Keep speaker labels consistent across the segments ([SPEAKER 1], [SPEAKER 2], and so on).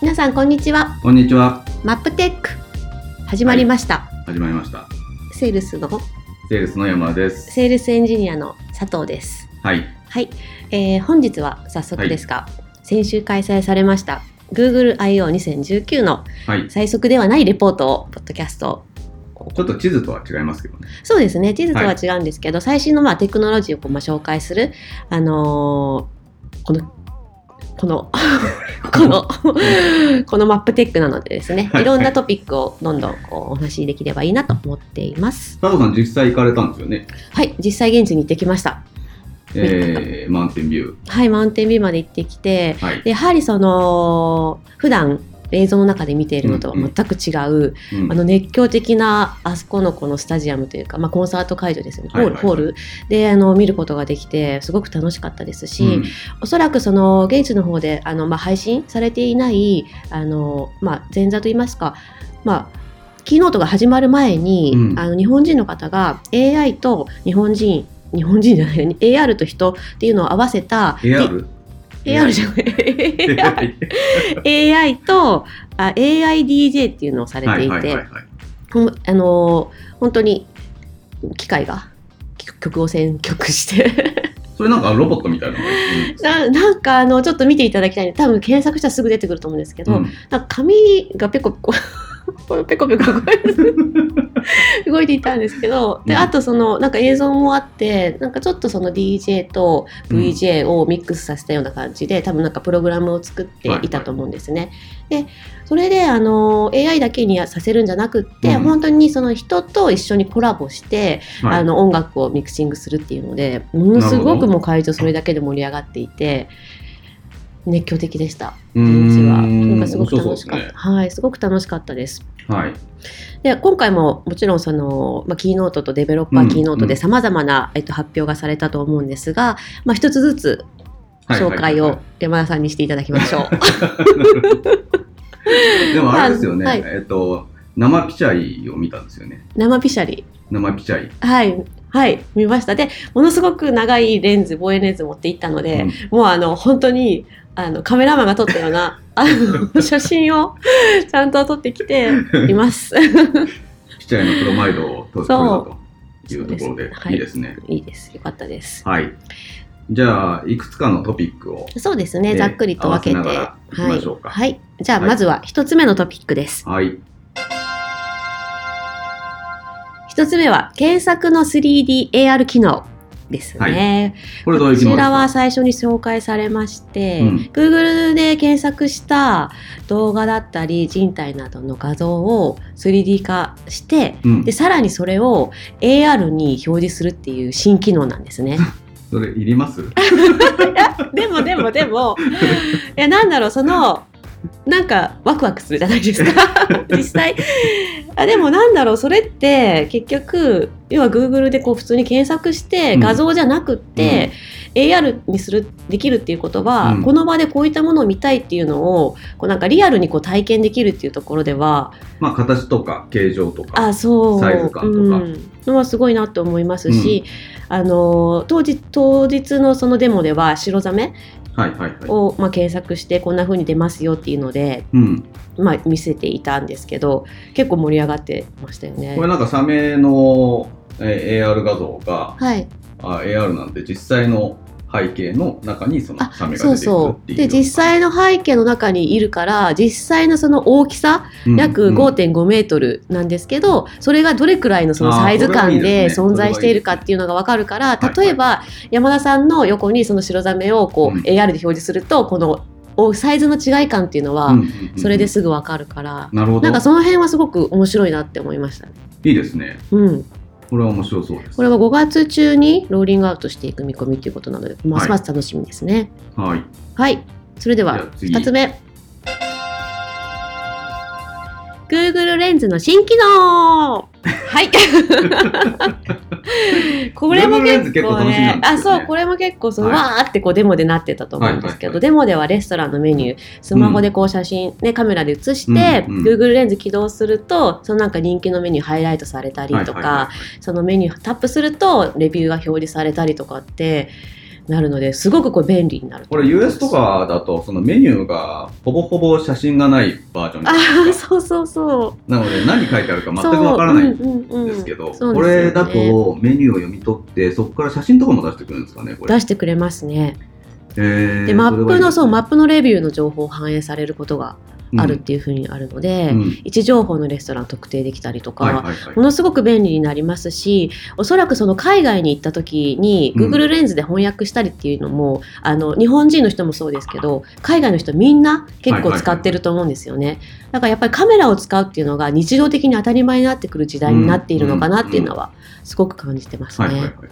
[SPEAKER 1] 皆さんこんにちは
[SPEAKER 2] こんにちは。
[SPEAKER 1] マップテック始まりました、
[SPEAKER 2] 始まりました。
[SPEAKER 1] セールスの
[SPEAKER 2] セールスの山田です。
[SPEAKER 1] セールスエンジニアの佐藤です
[SPEAKER 2] はい。
[SPEAKER 1] はい、えー本日は早速ですが、先週開催されました Google IO2019 の
[SPEAKER 2] はい。
[SPEAKER 1] 最速ではないレポートをポッドキャスト
[SPEAKER 2] ちょっと地図とは違いますけどね。
[SPEAKER 1] そうですね地図とは違うんですけど、最新のまあテクノロジーをこうまあ紹介するあのーこのこの このこのマップテックなのでですね
[SPEAKER 2] はい
[SPEAKER 1] いろんなトピックをどんどんこうお話しできればいいなと思っています
[SPEAKER 2] 佐藤さん実際行かれたんですよね。
[SPEAKER 1] はい実際現地に行ってきました
[SPEAKER 2] えー、マウンテンビュ
[SPEAKER 1] はいマウンテンビューまで行ってきて
[SPEAKER 2] ー。はい。
[SPEAKER 1] やはりその普段映像の中で見ているのとは全く違う、
[SPEAKER 2] うん
[SPEAKER 1] あの熱狂的なあそこのこのスタジアムというか、まあ、コンサート会場ですよねホール,、
[SPEAKER 2] はいはいはい
[SPEAKER 1] ホールであの見ることができてすごく楽しかったですし、
[SPEAKER 2] うん
[SPEAKER 1] おそらくその現地の方であの、まあ、配信されていないあの、まあ、前座といいますか、まあ、キーノートが始まる前に、
[SPEAKER 2] うん
[SPEAKER 1] あの日本人の方が AI と日本人日本人じゃない AR と人っていうのを合わせた
[SPEAKER 2] AR?
[SPEAKER 1] AR じゃ ない AI とあ AIDJ っていうのをされ
[SPEAKER 2] は
[SPEAKER 1] て
[SPEAKER 2] い
[SPEAKER 1] い
[SPEAKER 2] はいはい
[SPEAKER 1] て
[SPEAKER 2] は。い。
[SPEAKER 1] ほんあのー本当に機械が曲曲を選曲して
[SPEAKER 2] それなんかロボットみたいなのがいるんですか
[SPEAKER 1] ななんかあのちょっと見ていただきたいんで多分検索したらすぐ出てくると思うんですけど、
[SPEAKER 2] うん
[SPEAKER 1] なんか髪がペコ ペコこのペコペコ動いて動いていたんですけどで
[SPEAKER 2] うん
[SPEAKER 1] あとそのなんか映像もあってなんかちょっとその DJ と VJ をミックスさせたような感じで多分なんかプログラムを作っていたと思うんですね。でそれであの AI だけにさせるんじゃなくって、
[SPEAKER 2] うん
[SPEAKER 1] 本当にその人と一緒にコラボして、
[SPEAKER 2] はい
[SPEAKER 1] あの音楽をミクシングするっていうのでものすご
[SPEAKER 2] なるほ
[SPEAKER 1] く
[SPEAKER 2] ど
[SPEAKER 1] もう会場それだけで盛り上がっていて熱狂的でした。
[SPEAKER 2] うー
[SPEAKER 1] 現地
[SPEAKER 2] ん
[SPEAKER 1] は。なんかすごく楽
[SPEAKER 2] 面
[SPEAKER 1] し
[SPEAKER 2] 白
[SPEAKER 1] か
[SPEAKER 2] そう
[SPEAKER 1] っ
[SPEAKER 2] で
[SPEAKER 1] た。
[SPEAKER 2] すね
[SPEAKER 1] はい、すごく楽しかったです。
[SPEAKER 2] はい。
[SPEAKER 1] で、今回ももちろんその、まあ、キーノートとデベロッパー
[SPEAKER 2] うん
[SPEAKER 1] キーノートで
[SPEAKER 2] うん
[SPEAKER 1] さまざまな、えっと、発表がされたと思うんですが、まあ、一つずつ
[SPEAKER 2] はい
[SPEAKER 1] 紹介を。山田さんにしていただきましょう。
[SPEAKER 2] でもあれですよね。
[SPEAKER 1] はい
[SPEAKER 2] えっと、生ピチャイを見たんですよね。
[SPEAKER 1] 生ピシャリ。
[SPEAKER 2] 生ピチャイ。
[SPEAKER 1] はい。はい、見ました。で、ものすごく長いレンズ、望遠レンズ持っていったの で、もうあの、本当に、あの、カメラマンが撮ったような、あ の、写真をちゃんと撮ってきて
[SPEAKER 2] うん
[SPEAKER 1] います。
[SPEAKER 2] ピチャイのプロマイドを取れたというとこ
[SPEAKER 1] そ
[SPEAKER 2] ろで
[SPEAKER 1] うですねはい
[SPEAKER 2] いいですね。
[SPEAKER 1] いいです。よかったです。
[SPEAKER 2] はい。じゃあ、いくつかのトピックを。
[SPEAKER 1] そうですね、
[SPEAKER 2] ね
[SPEAKER 1] ざっくりと分けて。
[SPEAKER 2] 合わせながら行きましょうか
[SPEAKER 1] はい。はい、じゃあ、
[SPEAKER 2] はい
[SPEAKER 1] まずは一つ目のトピックです。
[SPEAKER 2] はい。
[SPEAKER 1] 一つ目は、検索の 3DAR 機能ですね。
[SPEAKER 2] これどういう機能
[SPEAKER 1] こ
[SPEAKER 2] で
[SPEAKER 1] ち
[SPEAKER 2] す
[SPEAKER 1] らは
[SPEAKER 2] か
[SPEAKER 1] 最初に紹介されまして、
[SPEAKER 2] うん
[SPEAKER 1] Google で検索した動画だったり、人体などの画像を 3D 化して、
[SPEAKER 2] うん
[SPEAKER 1] で、、さらにそれを AR に表示するっていう新機能なんですね。
[SPEAKER 2] それいります
[SPEAKER 1] でもでもでも、いやなんだろう、その、なんかワクワクするじゃない ですか、実際。あでもなんだろう、それって結局、要は Google でこう普通に検索して、
[SPEAKER 2] うん
[SPEAKER 1] 画像じゃなくって、AR にする、できるっていうことは、
[SPEAKER 2] うん
[SPEAKER 1] この場でこういったものを見たいっていうのを、こうなんかリアルにこう体験できるっていうところでは、
[SPEAKER 2] まあ、形とか形状とか。
[SPEAKER 1] あそう
[SPEAKER 2] サイズ感とか
[SPEAKER 1] うん、のはすごいなと思いますし、あの当日当日のそのデモでは白ザメ
[SPEAKER 2] はいはいはい。
[SPEAKER 1] を、まあ、検索してこんな風に出ますよっていうので、
[SPEAKER 2] うん。
[SPEAKER 1] まあ、見せていたんですけど結構盛り上がってましたよね
[SPEAKER 2] これ。なんかサメの、えー AR 画像が、
[SPEAKER 1] はい、
[SPEAKER 2] あ AR なんで実際の背景の中にその
[SPEAKER 1] あ
[SPEAKER 2] サメが
[SPEAKER 1] そ
[SPEAKER 2] 出
[SPEAKER 1] う
[SPEAKER 2] てくる
[SPEAKER 1] そ
[SPEAKER 2] って
[SPEAKER 1] う
[SPEAKER 2] いうよう
[SPEAKER 1] で
[SPEAKER 2] な。
[SPEAKER 1] 実際の背景の中にいるから実際のその大きさ
[SPEAKER 2] うん
[SPEAKER 1] 約
[SPEAKER 2] うん
[SPEAKER 1] 5.5メートルなんですけど、それがどれくらいのそのサイズ
[SPEAKER 2] あーそれ
[SPEAKER 1] 感
[SPEAKER 2] はいい
[SPEAKER 1] で
[SPEAKER 2] ですね
[SPEAKER 1] 存在しているかっていうのが分かるから、
[SPEAKER 2] はい
[SPEAKER 1] 例えば山田さんの横にその白ザメをこう、
[SPEAKER 2] うん
[SPEAKER 1] AR で表示するとこのおサイズの違い感っていうの
[SPEAKER 2] うん
[SPEAKER 1] は
[SPEAKER 2] うんうんうん
[SPEAKER 1] それですぐ分かるから、
[SPEAKER 2] なるほど。
[SPEAKER 1] なんかその辺はすごく面白いなって思いましたね。
[SPEAKER 2] いいですね。
[SPEAKER 1] うん、
[SPEAKER 2] これは面白そうです。
[SPEAKER 1] これは5月中にローリングアウトしていく見込みということなので、ますます楽しみですね。
[SPEAKER 2] はい。
[SPEAKER 1] はい、それで
[SPEAKER 2] じゃ
[SPEAKER 1] は
[SPEAKER 2] あ次
[SPEAKER 1] 2つ目。Google レンズの新機能 はい。これも
[SPEAKER 2] Google レンズ
[SPEAKER 1] 結
[SPEAKER 2] 結構
[SPEAKER 1] 構
[SPEAKER 2] 楽しみな
[SPEAKER 1] ね
[SPEAKER 2] ん、ですよ
[SPEAKER 1] あ、
[SPEAKER 2] ね
[SPEAKER 1] そう、これも結構その、
[SPEAKER 2] はい
[SPEAKER 1] わーってこうデモでなってたと思うんですけど、
[SPEAKER 2] はいはいはい
[SPEAKER 1] デモではレストランのメニュー、スマホでこう写真、ね、カメラで写して、
[SPEAKER 2] うんうん
[SPEAKER 1] Google レンズ起動すると、そのなんか人気のメニューハイライトされたりとか、
[SPEAKER 2] はいはいはい
[SPEAKER 1] そのメニュータップするとレビューが表示されたりとかってなるのですごくこう便利になる
[SPEAKER 2] これ US とかだとそのメニューがほぼほぼ写真がないバージョンじ
[SPEAKER 1] あ
[SPEAKER 2] ゃない
[SPEAKER 1] あ
[SPEAKER 2] ですか
[SPEAKER 1] そうそうそう
[SPEAKER 2] なので何書いてあるか全
[SPEAKER 1] そう
[SPEAKER 2] くわからないん
[SPEAKER 1] うんうんうん
[SPEAKER 2] ですけど、
[SPEAKER 1] そう
[SPEAKER 2] こ
[SPEAKER 1] ですよね
[SPEAKER 2] れだとメニューを読み取ってそこから写真とかも出してくるんですかねこれ
[SPEAKER 1] 出してくれますね
[SPEAKER 2] えー
[SPEAKER 1] でマップのそうマ
[SPEAKER 2] プ
[SPEAKER 1] ップのレビューの情報を反映されることがあるっていうふうにあるので、位置情報のレストラン特定できたりとか、
[SPEAKER 2] はいはいはい
[SPEAKER 1] ものすごく便利になりますしおそらくその海外に行った時に
[SPEAKER 2] うん
[SPEAKER 1] Google レンズで翻訳したりっていうのも、あの日本人の人もそうですけど海外の人みんな結構使ってると思うんですよね、だからやっぱりカメラを使うっていうのが日常的に当たり前になってくる時代になっているのかなっていうのはすごく感じてます
[SPEAKER 2] はいはいはい
[SPEAKER 1] ね。
[SPEAKER 2] はい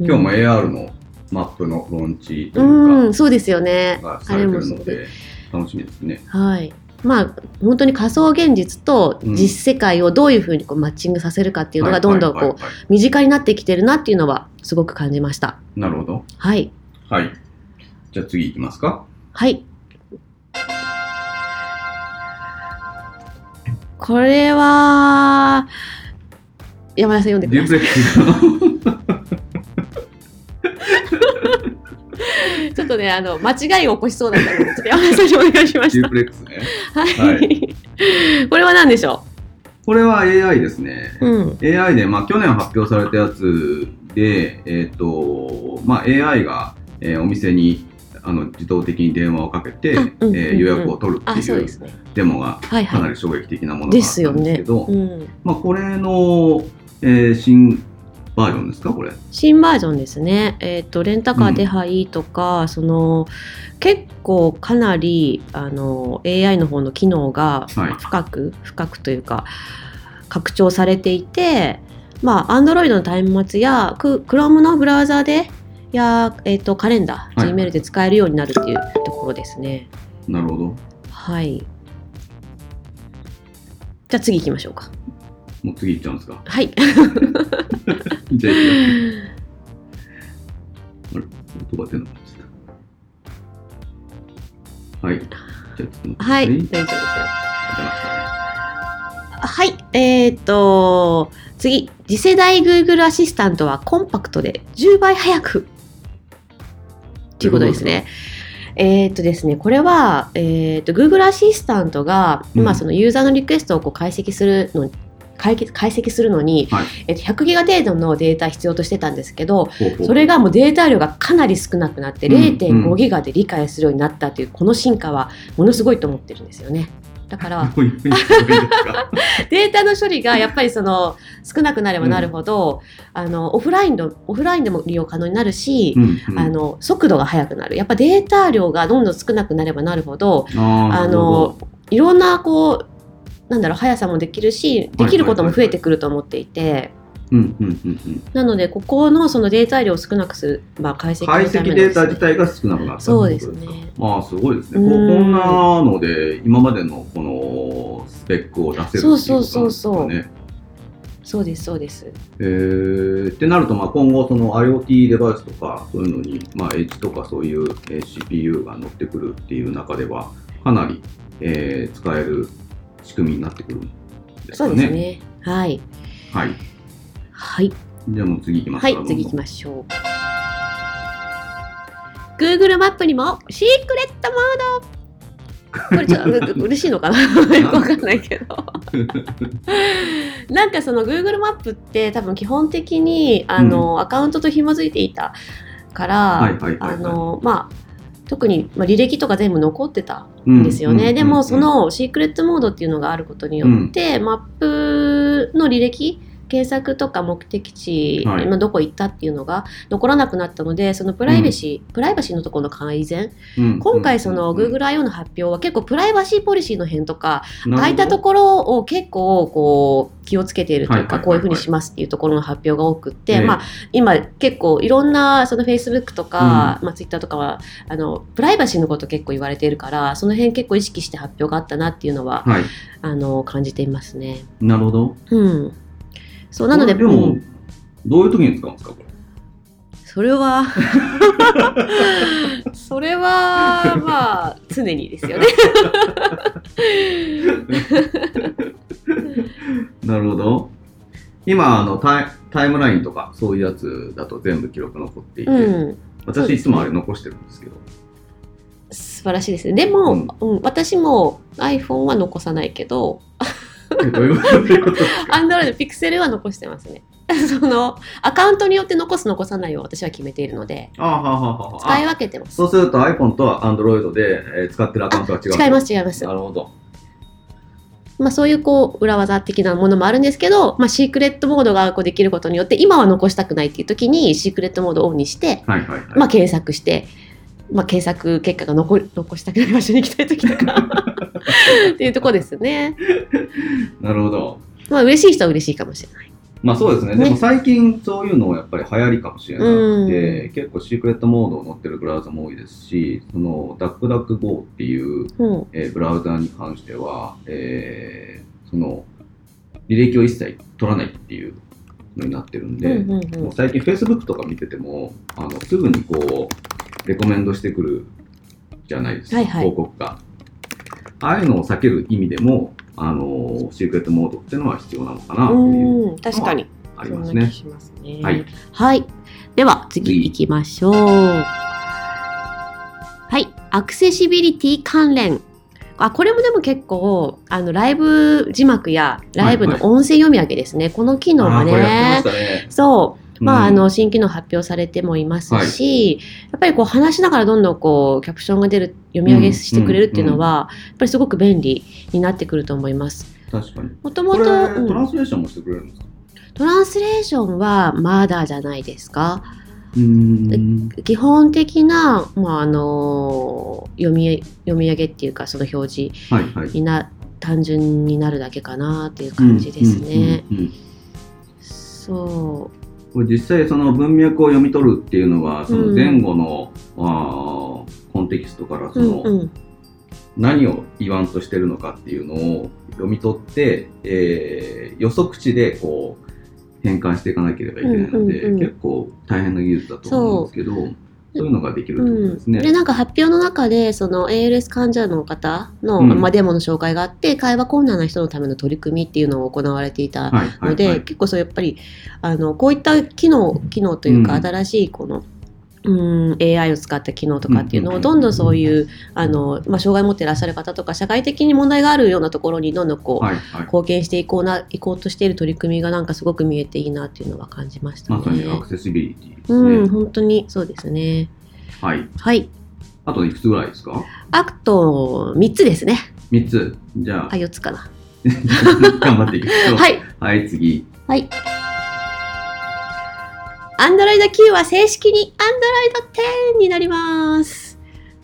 [SPEAKER 1] うん
[SPEAKER 2] 今日も AR のマップのローンチと
[SPEAKER 1] う、
[SPEAKER 2] いうん
[SPEAKER 1] そうですよね。
[SPEAKER 2] か、が
[SPEAKER 1] あ
[SPEAKER 2] され
[SPEAKER 1] れも
[SPEAKER 2] てる
[SPEAKER 1] そう
[SPEAKER 2] の
[SPEAKER 1] で
[SPEAKER 2] で、楽しみですね。
[SPEAKER 1] はい。まあ、本当に仮想現実と
[SPEAKER 2] うん
[SPEAKER 1] 実世界をどういうふうにこうマッチングさせるかっていうのがどんどん
[SPEAKER 2] はいは
[SPEAKER 1] こ
[SPEAKER 2] いはいは
[SPEAKER 1] う身近になってきてるなっていうのはすごく感じました。
[SPEAKER 2] いなるほど。
[SPEAKER 1] はい。
[SPEAKER 2] はい。じゃあ次いきますか。
[SPEAKER 1] はい。これは、山田さん読んでく
[SPEAKER 2] デュ
[SPEAKER 1] だ
[SPEAKER 2] プ
[SPEAKER 1] さ
[SPEAKER 2] レッ クスの
[SPEAKER 1] い。ちょっとね、あの、間違いを起こしそうなんだけど、ちょっと山田さんにお願いしま
[SPEAKER 2] デ
[SPEAKER 1] し
[SPEAKER 2] ュ
[SPEAKER 1] た。
[SPEAKER 2] プレックスね。
[SPEAKER 1] は。
[SPEAKER 2] はい
[SPEAKER 1] これは何でしょ
[SPEAKER 2] これは AI ですね。
[SPEAKER 1] ううん。
[SPEAKER 2] AI で、まあ、去年発表されたやつで、えっ、と、まあ、AI が、えーお店にあの自動的に電話をかけて、
[SPEAKER 1] あうん
[SPEAKER 2] えー
[SPEAKER 1] うんうん
[SPEAKER 2] 予約を取るって
[SPEAKER 1] あ、そ
[SPEAKER 2] いうう
[SPEAKER 1] ですね。
[SPEAKER 2] デモが
[SPEAKER 1] はい
[SPEAKER 2] かな
[SPEAKER 1] は
[SPEAKER 2] り衝撃的なもの
[SPEAKER 1] い。
[SPEAKER 2] があ
[SPEAKER 1] で
[SPEAKER 2] った
[SPEAKER 1] すよ
[SPEAKER 2] んです
[SPEAKER 1] ね。
[SPEAKER 2] けど、
[SPEAKER 1] うん。
[SPEAKER 2] まあ、これの、えー新バージョンですか、これ。
[SPEAKER 1] 新バージョンですね、えー、とレンタカー手配とか、その結構かなりあの AI の方の機能が
[SPEAKER 2] はい
[SPEAKER 1] 深く、深くというか拡張されていてまあ Android の端末やク Chrome のブラウザでや、えー、とカレンダー、
[SPEAKER 2] はい
[SPEAKER 1] Gmail で使えるようになるっていうところですね
[SPEAKER 2] なるほど。
[SPEAKER 1] はいじゃあ次行きましょうか
[SPEAKER 2] もう次いっちゃうんです か。
[SPEAKER 1] はい
[SPEAKER 2] じゃあ行きます、音が出なくなっちゃった。はい。じゃあ、ちょっと待ってくだ
[SPEAKER 1] はい大丈夫ですよ
[SPEAKER 2] さ出ましたね。
[SPEAKER 1] はい、えーっと、次、次世代 Google アシスタントはコンパクトで10倍早く。ということですね。えーっとですね、これは、えーっと、Google アシスタントが、
[SPEAKER 2] うん
[SPEAKER 1] 今、そのユーザーのリクエストをこう解析するの解析解析するのに、
[SPEAKER 2] はい
[SPEAKER 1] えーっと100ギガ程度のデータ必要としてたんですけど
[SPEAKER 2] ほうほう
[SPEAKER 1] それがもうデータ量がかなり少なくなって
[SPEAKER 2] うんう
[SPEAKER 1] 0.5
[SPEAKER 2] ん
[SPEAKER 1] ギガで理解するようになったというこの進化はものすごいと思ってるんですよね。だから
[SPEAKER 2] どういう意味です か
[SPEAKER 1] データの処理がやっぱりその少なくなればなるほど、あのオフラインのオフラインでも利用可能になるし、
[SPEAKER 2] うんうん
[SPEAKER 1] あの速度が速くなるやっぱデータ量がどんどん少なくなればなるほど
[SPEAKER 2] あー
[SPEAKER 1] あ
[SPEAKER 2] なるほ
[SPEAKER 1] のいろんなこうなんだろう速さもできるしできることも増えてくると思っていて、
[SPEAKER 2] どうんうんうんうん
[SPEAKER 1] なのでここのそのデータ量を少なくする、まあ、解析のた
[SPEAKER 2] 解
[SPEAKER 1] めのですね
[SPEAKER 2] 析データ自体が少なくなった
[SPEAKER 1] そうですね
[SPEAKER 2] ということかまあすごいですねこ
[SPEAKER 1] うん
[SPEAKER 2] うこんなので今までのこのスペックを出せるっていうことなんです
[SPEAKER 1] そ
[SPEAKER 2] よ
[SPEAKER 1] う
[SPEAKER 2] ね
[SPEAKER 1] そうそうそうですそうです
[SPEAKER 2] えー、ってなると、まあ、今後その IoT デバイスとかそういうのに、まあ、H とかそういうえー CPU が乗ってくるっていう中ではかなり、えー使える仕組みになってくるんです
[SPEAKER 1] そ
[SPEAKER 2] か
[SPEAKER 1] う
[SPEAKER 2] ね。
[SPEAKER 1] ですねはい
[SPEAKER 2] はい、
[SPEAKER 1] はい
[SPEAKER 2] じゃあもう次いきます
[SPEAKER 1] は
[SPEAKER 2] か
[SPEAKER 1] い、次行きましょう。Google マップにもシークレットモードこれちょっ とうう嬉しいのかな よくわかんないけど。なんかその Google マップって多分基本的にあの、アカウントと紐づいていたから、
[SPEAKER 2] はいはいはいはい
[SPEAKER 1] あのまあ特に、まあ、履歴とか全部残ってた
[SPEAKER 2] うん
[SPEAKER 1] ですよね、
[SPEAKER 2] うん
[SPEAKER 1] でもそ
[SPEAKER 2] うん
[SPEAKER 1] のシークレットモードっていうのがあることによって、マップの履歴検索とか目的地、
[SPEAKER 2] はい
[SPEAKER 1] 今どこ行ったっていうのが残らなくなったのでそのプライバシー、プライバシーのところの改善、
[SPEAKER 2] うん
[SPEAKER 1] 今回その
[SPEAKER 2] うん
[SPEAKER 1] GoogleIO の発表は結構プライバシーポリシーの辺とか
[SPEAKER 2] なるほど
[SPEAKER 1] 空いたところを結構こう気をつけているという
[SPEAKER 2] は
[SPEAKER 1] か
[SPEAKER 2] いはいはいはい
[SPEAKER 1] こういうふうにしますっていうところの発表が多くって、
[SPEAKER 2] ええ
[SPEAKER 1] まあ、今結構いろんなその Facebook とか、まあ、Twitter とかはあのプライバシーのこと結構言われているからその辺結構意識して発表があったなっていうのは
[SPEAKER 2] はい、
[SPEAKER 1] あの感じていますね。
[SPEAKER 2] なるほど。
[SPEAKER 1] うん、そうなので
[SPEAKER 2] これでも、
[SPEAKER 1] うん
[SPEAKER 2] どういう時に使うんですか、これ。
[SPEAKER 1] それは それはまあ常にです よね。
[SPEAKER 2] なるほど。今あのタイ、タイムラインとか、そういうやつだと全部記録残っていて、
[SPEAKER 1] うん、そうで
[SPEAKER 2] 私
[SPEAKER 1] すね
[SPEAKER 2] いつもあれ残してるん ですけど。
[SPEAKER 1] 素晴らしいですね。でも、
[SPEAKER 2] う
[SPEAKER 1] うんん私も iPhone は残さないけど、
[SPEAKER 2] えどういうどういうこと ですか
[SPEAKER 1] Android、Pixel は残してますね。 そのアカウントによって残す、残さないを私は決めているので、
[SPEAKER 2] あはははは
[SPEAKER 1] 使い分けてます。
[SPEAKER 2] そうすると iPhone とは Android で、えー使ってるアカウントが違う。
[SPEAKER 1] 違います、違います。
[SPEAKER 2] なるほど。
[SPEAKER 1] まあ、そういうこう裏技的なものもあるんですけど、まあ、シークレットモードがこうできることによって今は残したくないっていう時にシークレットモードをオンにして、
[SPEAKER 2] はいはいはい。
[SPEAKER 1] まあ、検索して、まあ、検索結果が残る残したくない場所に行きたい時とか っていうとこですね。
[SPEAKER 2] なるほど。
[SPEAKER 1] まあ嬉しい人は嬉しいかもしれない。
[SPEAKER 2] まあそうですね。
[SPEAKER 1] ね
[SPEAKER 2] でも最近そういうのやっぱり流行りかもしれなくて、結構シークレットモードを持ってるブラウザも多いですし、その DuckDuckGo っていう、
[SPEAKER 1] うん、
[SPEAKER 2] えーブラウザに関しては、えーその履歴を一切取らないっていうのになってるんで、
[SPEAKER 1] うんうん
[SPEAKER 2] もう最近 Facebook とか見ててもあのすぐにこうレコメンドしてくるじゃないですか、
[SPEAKER 1] はいはい
[SPEAKER 2] 広告がああいうのを避ける意味でもあのシークレットモードっていうのは必要なのかなっていう
[SPEAKER 1] うん、確かに。
[SPEAKER 2] ありま
[SPEAKER 1] そ
[SPEAKER 2] す
[SPEAKER 1] んな気
[SPEAKER 2] ね
[SPEAKER 1] しますね。
[SPEAKER 2] はい。
[SPEAKER 1] はい。では、
[SPEAKER 2] 次
[SPEAKER 1] 次行きましょう。はい。アクセシビリティ関連。あ、これもでも結構、あの、ライブ字幕や、ライブの
[SPEAKER 2] はい
[SPEAKER 1] 音声読み上げですね。この機能
[SPEAKER 2] あ
[SPEAKER 1] が
[SPEAKER 2] あこれや
[SPEAKER 1] ね。
[SPEAKER 2] ってましたね
[SPEAKER 1] そう。まあ、あ
[SPEAKER 2] うん
[SPEAKER 1] の、新機能発表されてもいますし、やっぱりこう、話しながらどんどんこう、キャプションが出る、読み上げしてくれるっていうのは、やっぱりすごく便利になってくると思います。
[SPEAKER 2] 確かに
[SPEAKER 1] もとも、
[SPEAKER 2] ことれ、
[SPEAKER 1] うん
[SPEAKER 2] トランスレーションもしてくれるんですか
[SPEAKER 1] トランスレーションはまだじゃないですか
[SPEAKER 2] うーん
[SPEAKER 1] 基本的な、まああの読み読み上げっていうかその表示
[SPEAKER 2] はいはい
[SPEAKER 1] にな単純になるだけかなっていう感じですね。
[SPEAKER 2] うんうんうんうん
[SPEAKER 1] そ
[SPEAKER 2] これ実際その文脈を読み取るっていうのはその前後の、あーコンテキストから
[SPEAKER 1] う、
[SPEAKER 2] そうの
[SPEAKER 1] んうん、
[SPEAKER 2] 何を言わんとしてるのかっていうのを読み取って、えー予測値でこう変換していかなければいけないので、
[SPEAKER 1] うんうんうん
[SPEAKER 2] 結構大変な技術だと思うんですけどそういうのができるってことです
[SPEAKER 1] うん、で
[SPEAKER 2] ね。
[SPEAKER 1] なんか発表の中でその ALS 患者の方の、
[SPEAKER 2] うん
[SPEAKER 1] まあ、デモの紹介があって会話困難な人のための取り組みっていうのを行われていた
[SPEAKER 2] はいは
[SPEAKER 1] の
[SPEAKER 2] い
[SPEAKER 1] で、
[SPEAKER 2] はい、
[SPEAKER 1] 結構そうやっぱりあのこういった機能機能というか、
[SPEAKER 2] うん
[SPEAKER 1] 新しいこのうん AI を使った機能とかっていうの
[SPEAKER 2] う
[SPEAKER 1] を
[SPEAKER 2] ん
[SPEAKER 1] どんどんそういうあの、まあ、障害を持っていらっしゃる方とか社会的に問題があるようなところにどんどんこう、
[SPEAKER 2] はいはい、
[SPEAKER 1] 貢献していこうないこうとしている取り組みがなんかすごく見えていいなっていうのは感じましたね。
[SPEAKER 2] まさにアクセシビリティですね。
[SPEAKER 1] うん、本当にそうですね。
[SPEAKER 2] はい、
[SPEAKER 1] はい。
[SPEAKER 2] あといくつぐらいですか
[SPEAKER 1] あと3つですね。
[SPEAKER 2] 3つじゃあ、
[SPEAKER 1] あ、4つかな。
[SPEAKER 2] 頑張っていきましょう。、
[SPEAKER 1] はいい。
[SPEAKER 2] はい、次。
[SPEAKER 1] はい。アンドロイド Q は正式にアンドロイド10になります。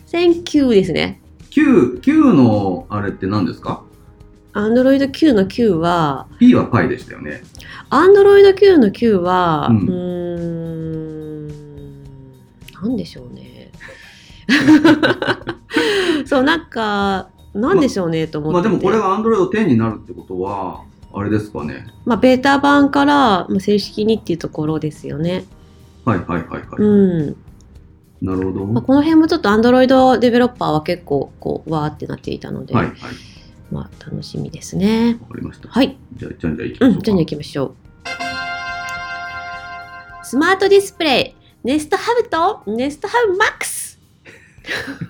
[SPEAKER 1] Thank you ですね。
[SPEAKER 2] 9、9のあれって何ですか
[SPEAKER 1] アンドロイド Q の Q は、
[SPEAKER 2] ?P はパイでしたよね。
[SPEAKER 1] アンドロイド Q の Q は、
[SPEAKER 2] う
[SPEAKER 1] うんーん、なんでしょう ね。そう、なんか、なんでしょうね、と思って
[SPEAKER 2] まあでもこれ
[SPEAKER 1] は、
[SPEAKER 2] が Android 10になるってことは、あれですかね。
[SPEAKER 1] まあ、ベータ版からまあ正式にっていうところですよね。
[SPEAKER 2] はいはいはいはい。
[SPEAKER 1] うん。
[SPEAKER 2] なるほど。
[SPEAKER 1] まあ、この辺もちょっとアンドロイドデベロッパーは結構こうわーってなっていたので、
[SPEAKER 2] はいはい。
[SPEAKER 1] まあ楽しみですね。
[SPEAKER 2] わかりました。
[SPEAKER 1] はい、
[SPEAKER 2] じゃあ、じゃんじゃん行き
[SPEAKER 1] う、
[SPEAKER 2] ましょうんか。
[SPEAKER 1] じゃあ行きましょう。スマートディスプレイ、ネストハブとネストハブマック ス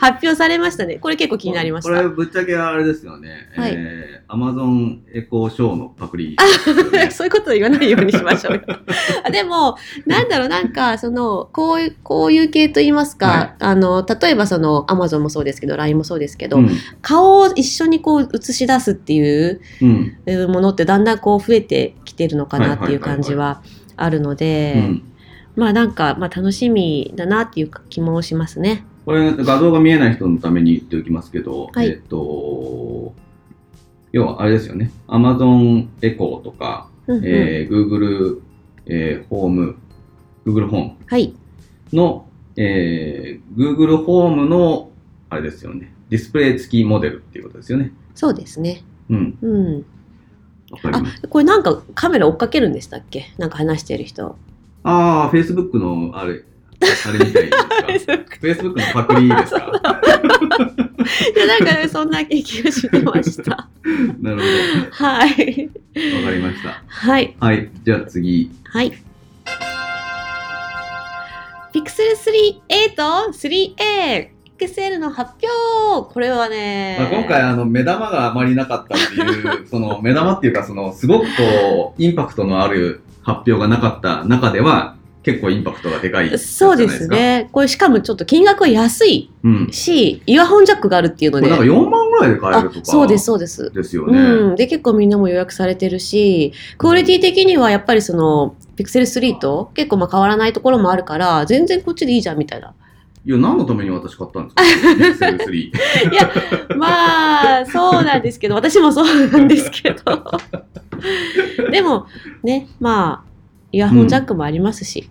[SPEAKER 1] 発表されましたね。これ結構気になりまし
[SPEAKER 2] これ、
[SPEAKER 1] た。
[SPEAKER 2] ぶっちゃけあれですよね。
[SPEAKER 1] はい
[SPEAKER 2] えー、Amazon エコーショーのパクリですよね。
[SPEAKER 1] そういうことを言わないようにしましょう よ。あでも、なんだろう、なんか、その、こういう、こういう系と言いますか、
[SPEAKER 2] はい
[SPEAKER 1] あの、例えばその、アマゾンもそうですけど、LINE も そうですけど、
[SPEAKER 2] うん
[SPEAKER 1] 顔を一緒にこう映し出すっていう
[SPEAKER 2] うん
[SPEAKER 1] えーものってだんだんこう増えてきてるのかなっていう
[SPEAKER 2] はいはいはいはい
[SPEAKER 1] 感じはあるので、
[SPEAKER 2] うん
[SPEAKER 1] まあなんか、まあ、楽しみだなっていう気もしますね。
[SPEAKER 2] これ画像が見えない人のために言っておきますけど、
[SPEAKER 1] はい
[SPEAKER 2] えっと、要はあれですよね。Amazon エコーとか、
[SPEAKER 1] うんうん
[SPEAKER 2] えー Google、えー、ホーム、Google ホーム
[SPEAKER 1] はい、
[SPEAKER 2] の、えー Google ホームの、あれですよね、ディスプレイ付きモデルっていうことですよね。
[SPEAKER 1] そうですね。
[SPEAKER 2] うん、
[SPEAKER 1] うん。
[SPEAKER 2] わかります。
[SPEAKER 1] これなんかカメラ追っかけるんでしたっけなんか話してる人。
[SPEAKER 2] ああー、Facebook のあれ、あれみたい ですか。Facebook のパクリですか。
[SPEAKER 1] いやなんかねそんな気がしてま した。
[SPEAKER 2] なるほ
[SPEAKER 1] はい。
[SPEAKER 2] ど。わかりました。
[SPEAKER 1] はい。
[SPEAKER 2] はい、じゃあ次。
[SPEAKER 1] はい。 Pixel 3A と 3A、XL の発表これはね、
[SPEAKER 2] まあ、今回あの目玉があまりなかったっていうその 目玉っていうかそのすごくこうインパクトのある発表がなかった中では結構インパクトがでかい
[SPEAKER 1] そうですね。これしかもちょっと金額は安い
[SPEAKER 2] うん
[SPEAKER 1] し、イヤホンジャックがあるっていう
[SPEAKER 2] こ
[SPEAKER 1] の
[SPEAKER 2] れ
[SPEAKER 1] で。
[SPEAKER 2] なんか4万ぐらいで買えると
[SPEAKER 1] あ
[SPEAKER 2] か
[SPEAKER 1] そうです、そうです。
[SPEAKER 2] ですよね、
[SPEAKER 1] うん、で結構みんなも予約されてるしクオリティ的にはやっぱりその Pixel3 と結構まあ変わらないところもあるから全然こっちでいいじゃんみたいな
[SPEAKER 2] いや何のために私買ったんですか Pixel 3
[SPEAKER 1] いやまあそうなんですけど私もそうなんですけ どでもねまあイヤホンジャックもありますし、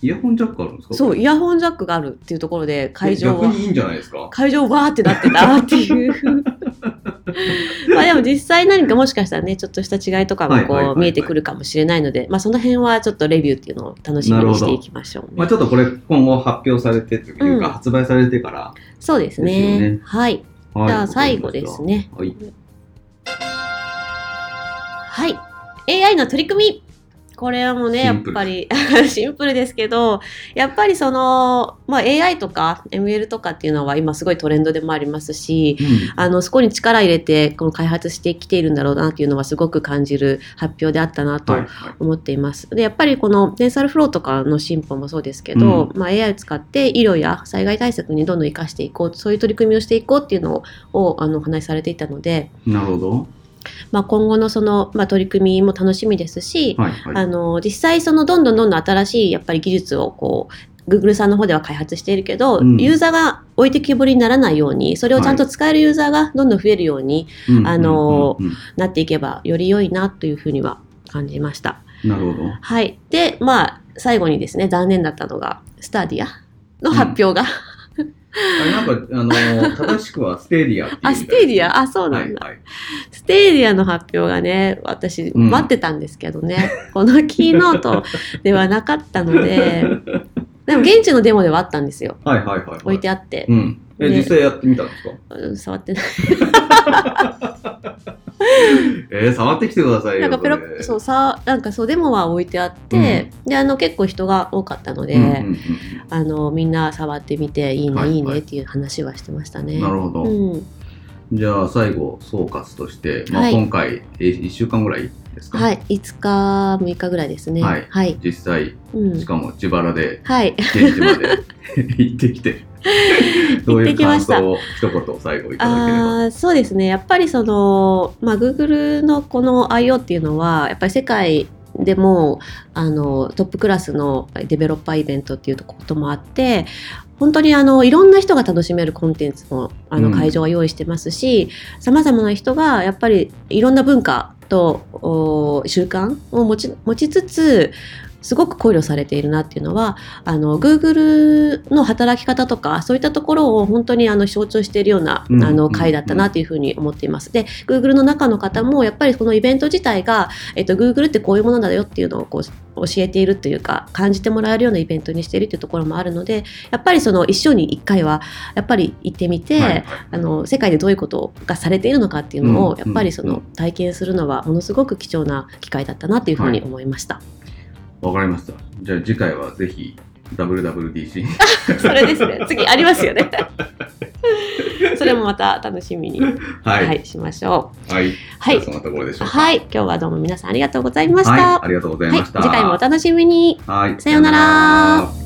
[SPEAKER 2] イヤホンジャックあるんですか
[SPEAKER 1] そうイヤホンジャックがあるっていうところで会場は
[SPEAKER 2] 逆にいいんじゃないですか
[SPEAKER 1] 会場わーってなってたっていう まあでも実際何かもしかしたらねちょっとした違いとかも
[SPEAKER 2] はいはいはい
[SPEAKER 1] こ
[SPEAKER 2] は
[SPEAKER 1] う
[SPEAKER 2] い
[SPEAKER 1] 見えてくるかもしれないので、まあその辺はちょっとレビューっていうのを楽しみにしていきましょうね、
[SPEAKER 2] まあちょっとこれ今後発表されてというか、
[SPEAKER 1] うん
[SPEAKER 2] 発売されてから、
[SPEAKER 1] そうです
[SPEAKER 2] です
[SPEAKER 1] ね
[SPEAKER 2] よね
[SPEAKER 1] はい
[SPEAKER 2] はい
[SPEAKER 1] じゃあ最後ですね
[SPEAKER 2] はい
[SPEAKER 1] はい AI の取り組みこれはもうね
[SPEAKER 2] シ
[SPEAKER 1] やっ
[SPEAKER 2] ンプル
[SPEAKER 1] ぱり シンプルですけどやっぱりその、まあ、AI とか ML とかっていうのは今すごいトレンドでもありますし、
[SPEAKER 2] うん
[SPEAKER 1] あのそこに力入れてこの開発してきているんだろうなっていうのはすごく感じる発表であったなと
[SPEAKER 2] はいはい
[SPEAKER 1] 思っています。でやっぱりこのテンサルフローとかの進歩もそうですけど、まあ、AI を使って医療や災害対策にどんどん生かしていこうそういう取り組みをしていこうっていうのをあのお話しされていたので、
[SPEAKER 2] なるほど
[SPEAKER 1] まあ、今後のその、まあ、取り組みも楽しみですし、
[SPEAKER 2] はいは
[SPEAKER 1] あ
[SPEAKER 2] い
[SPEAKER 1] の実際そのどんどんどんどん新しいやっぱり技術をこう Google さんの方では開発しているけど、
[SPEAKER 2] うん
[SPEAKER 1] ユーザーが置いてきぼりにならないようにそれをちゃんと使えるユーザーがどんどん増えるように
[SPEAKER 2] うん
[SPEAKER 1] あの
[SPEAKER 2] うんうん
[SPEAKER 1] なっていけばより良いなというふうには感じました。
[SPEAKER 2] うんなるほど
[SPEAKER 1] はい。で、まあ、最後にですね、残念だったのが、スタディアの発表が。
[SPEAKER 2] あれなんか、あの ー正しくはステーディアっていうみた
[SPEAKER 1] あ、
[SPEAKER 2] いです
[SPEAKER 1] ステディアあ、そうな
[SPEAKER 2] は
[SPEAKER 1] ん
[SPEAKER 2] い
[SPEAKER 1] だ。
[SPEAKER 2] はい。
[SPEAKER 1] ステディアの発表がね、私、
[SPEAKER 2] うん
[SPEAKER 1] 待ってたんですけどね、 このキーノートではなかったの で、でも現地のデモではあったんですよ。
[SPEAKER 2] はいはいはいはい。
[SPEAKER 1] 置いてあって
[SPEAKER 2] う。ん。え、
[SPEAKER 1] ね
[SPEAKER 2] 実際やってみたんですか
[SPEAKER 1] うん触ってない。
[SPEAKER 2] えー、触ってきてください
[SPEAKER 1] な
[SPEAKER 2] よ。
[SPEAKER 1] んかペロッ
[SPEAKER 2] それ
[SPEAKER 1] そう、さ、なんかそう、デモは置いてあって、で、あの、結構人が多かったので、
[SPEAKER 2] うんうんうん
[SPEAKER 1] あの、みんな触ってみて、いいね、、
[SPEAKER 2] はいい
[SPEAKER 1] い
[SPEAKER 2] は
[SPEAKER 1] ね
[SPEAKER 2] い
[SPEAKER 1] っていう話はしてました
[SPEAKER 2] う
[SPEAKER 1] ね。
[SPEAKER 2] んなるほど。
[SPEAKER 1] うん。
[SPEAKER 2] じゃあ最後、総括として、ま
[SPEAKER 1] は
[SPEAKER 2] あ、
[SPEAKER 1] い
[SPEAKER 2] 今回、えー一週間ぐらいですか、
[SPEAKER 1] はい、5日、6日ぐらいですね。
[SPEAKER 2] はい
[SPEAKER 1] はい。
[SPEAKER 2] 実際、
[SPEAKER 1] うん
[SPEAKER 2] しかも自腹で、
[SPEAKER 1] はい、
[SPEAKER 2] 現地まで 行って きて、ど
[SPEAKER 1] 行っ
[SPEAKER 2] うい
[SPEAKER 1] て
[SPEAKER 2] う
[SPEAKER 1] きま
[SPEAKER 2] 感
[SPEAKER 1] した
[SPEAKER 2] 想を一言最後いただければ。
[SPEAKER 1] あーそうですねやっぱりその、まあ、Google のこの IO っていうのはやっぱり世界でもあのトップクラスのデベロッパーイベントっていうこともあって本当にあのいろんな人が楽しめるコンテンツもあ
[SPEAKER 2] う
[SPEAKER 1] の
[SPEAKER 2] ん
[SPEAKER 1] 会場は用意してますしさまざまな人がやっぱりいろんな文化とお習慣を持ち持ちつつすごく考慮されているなっていうのはあの Google の働き方とかそういったところを本当にあの象徴しているような、
[SPEAKER 2] うん
[SPEAKER 1] あの
[SPEAKER 2] うん
[SPEAKER 1] 会だったなというふうに思っています。で Google の中の方もやっぱりこのイベント自体が、えっと、Google ってこういうものだよっていうのをこう教えているというか感じてもらえるようなイベントにしているというところもあるのでやっぱりその一生に一回はやっぱり行ってみて、
[SPEAKER 2] はいはい
[SPEAKER 1] あの世界でどういうことがされているのかっていうのを、
[SPEAKER 2] うん
[SPEAKER 1] やっぱりそ
[SPEAKER 2] うん
[SPEAKER 1] の体験するのはものすごく貴重な機会だったなというふうに思いました。
[SPEAKER 2] わかりました。じゃあ次回はぜひ、WWDC に
[SPEAKER 1] それですね。次ありますよ ね。それもまた楽しみに、 は、
[SPEAKER 2] はいい。
[SPEAKER 1] しましょう。
[SPEAKER 2] はい。
[SPEAKER 1] は
[SPEAKER 2] じゃあそ
[SPEAKER 1] い。
[SPEAKER 2] んなところでしょうか。
[SPEAKER 1] はい。今日はどうも皆さんありがとうございました。
[SPEAKER 2] はい。
[SPEAKER 1] は
[SPEAKER 2] ありがとうござい
[SPEAKER 1] い
[SPEAKER 2] ました。
[SPEAKER 1] 次回もお楽しみに。
[SPEAKER 2] はい。
[SPEAKER 1] さようなら
[SPEAKER 2] さようなら。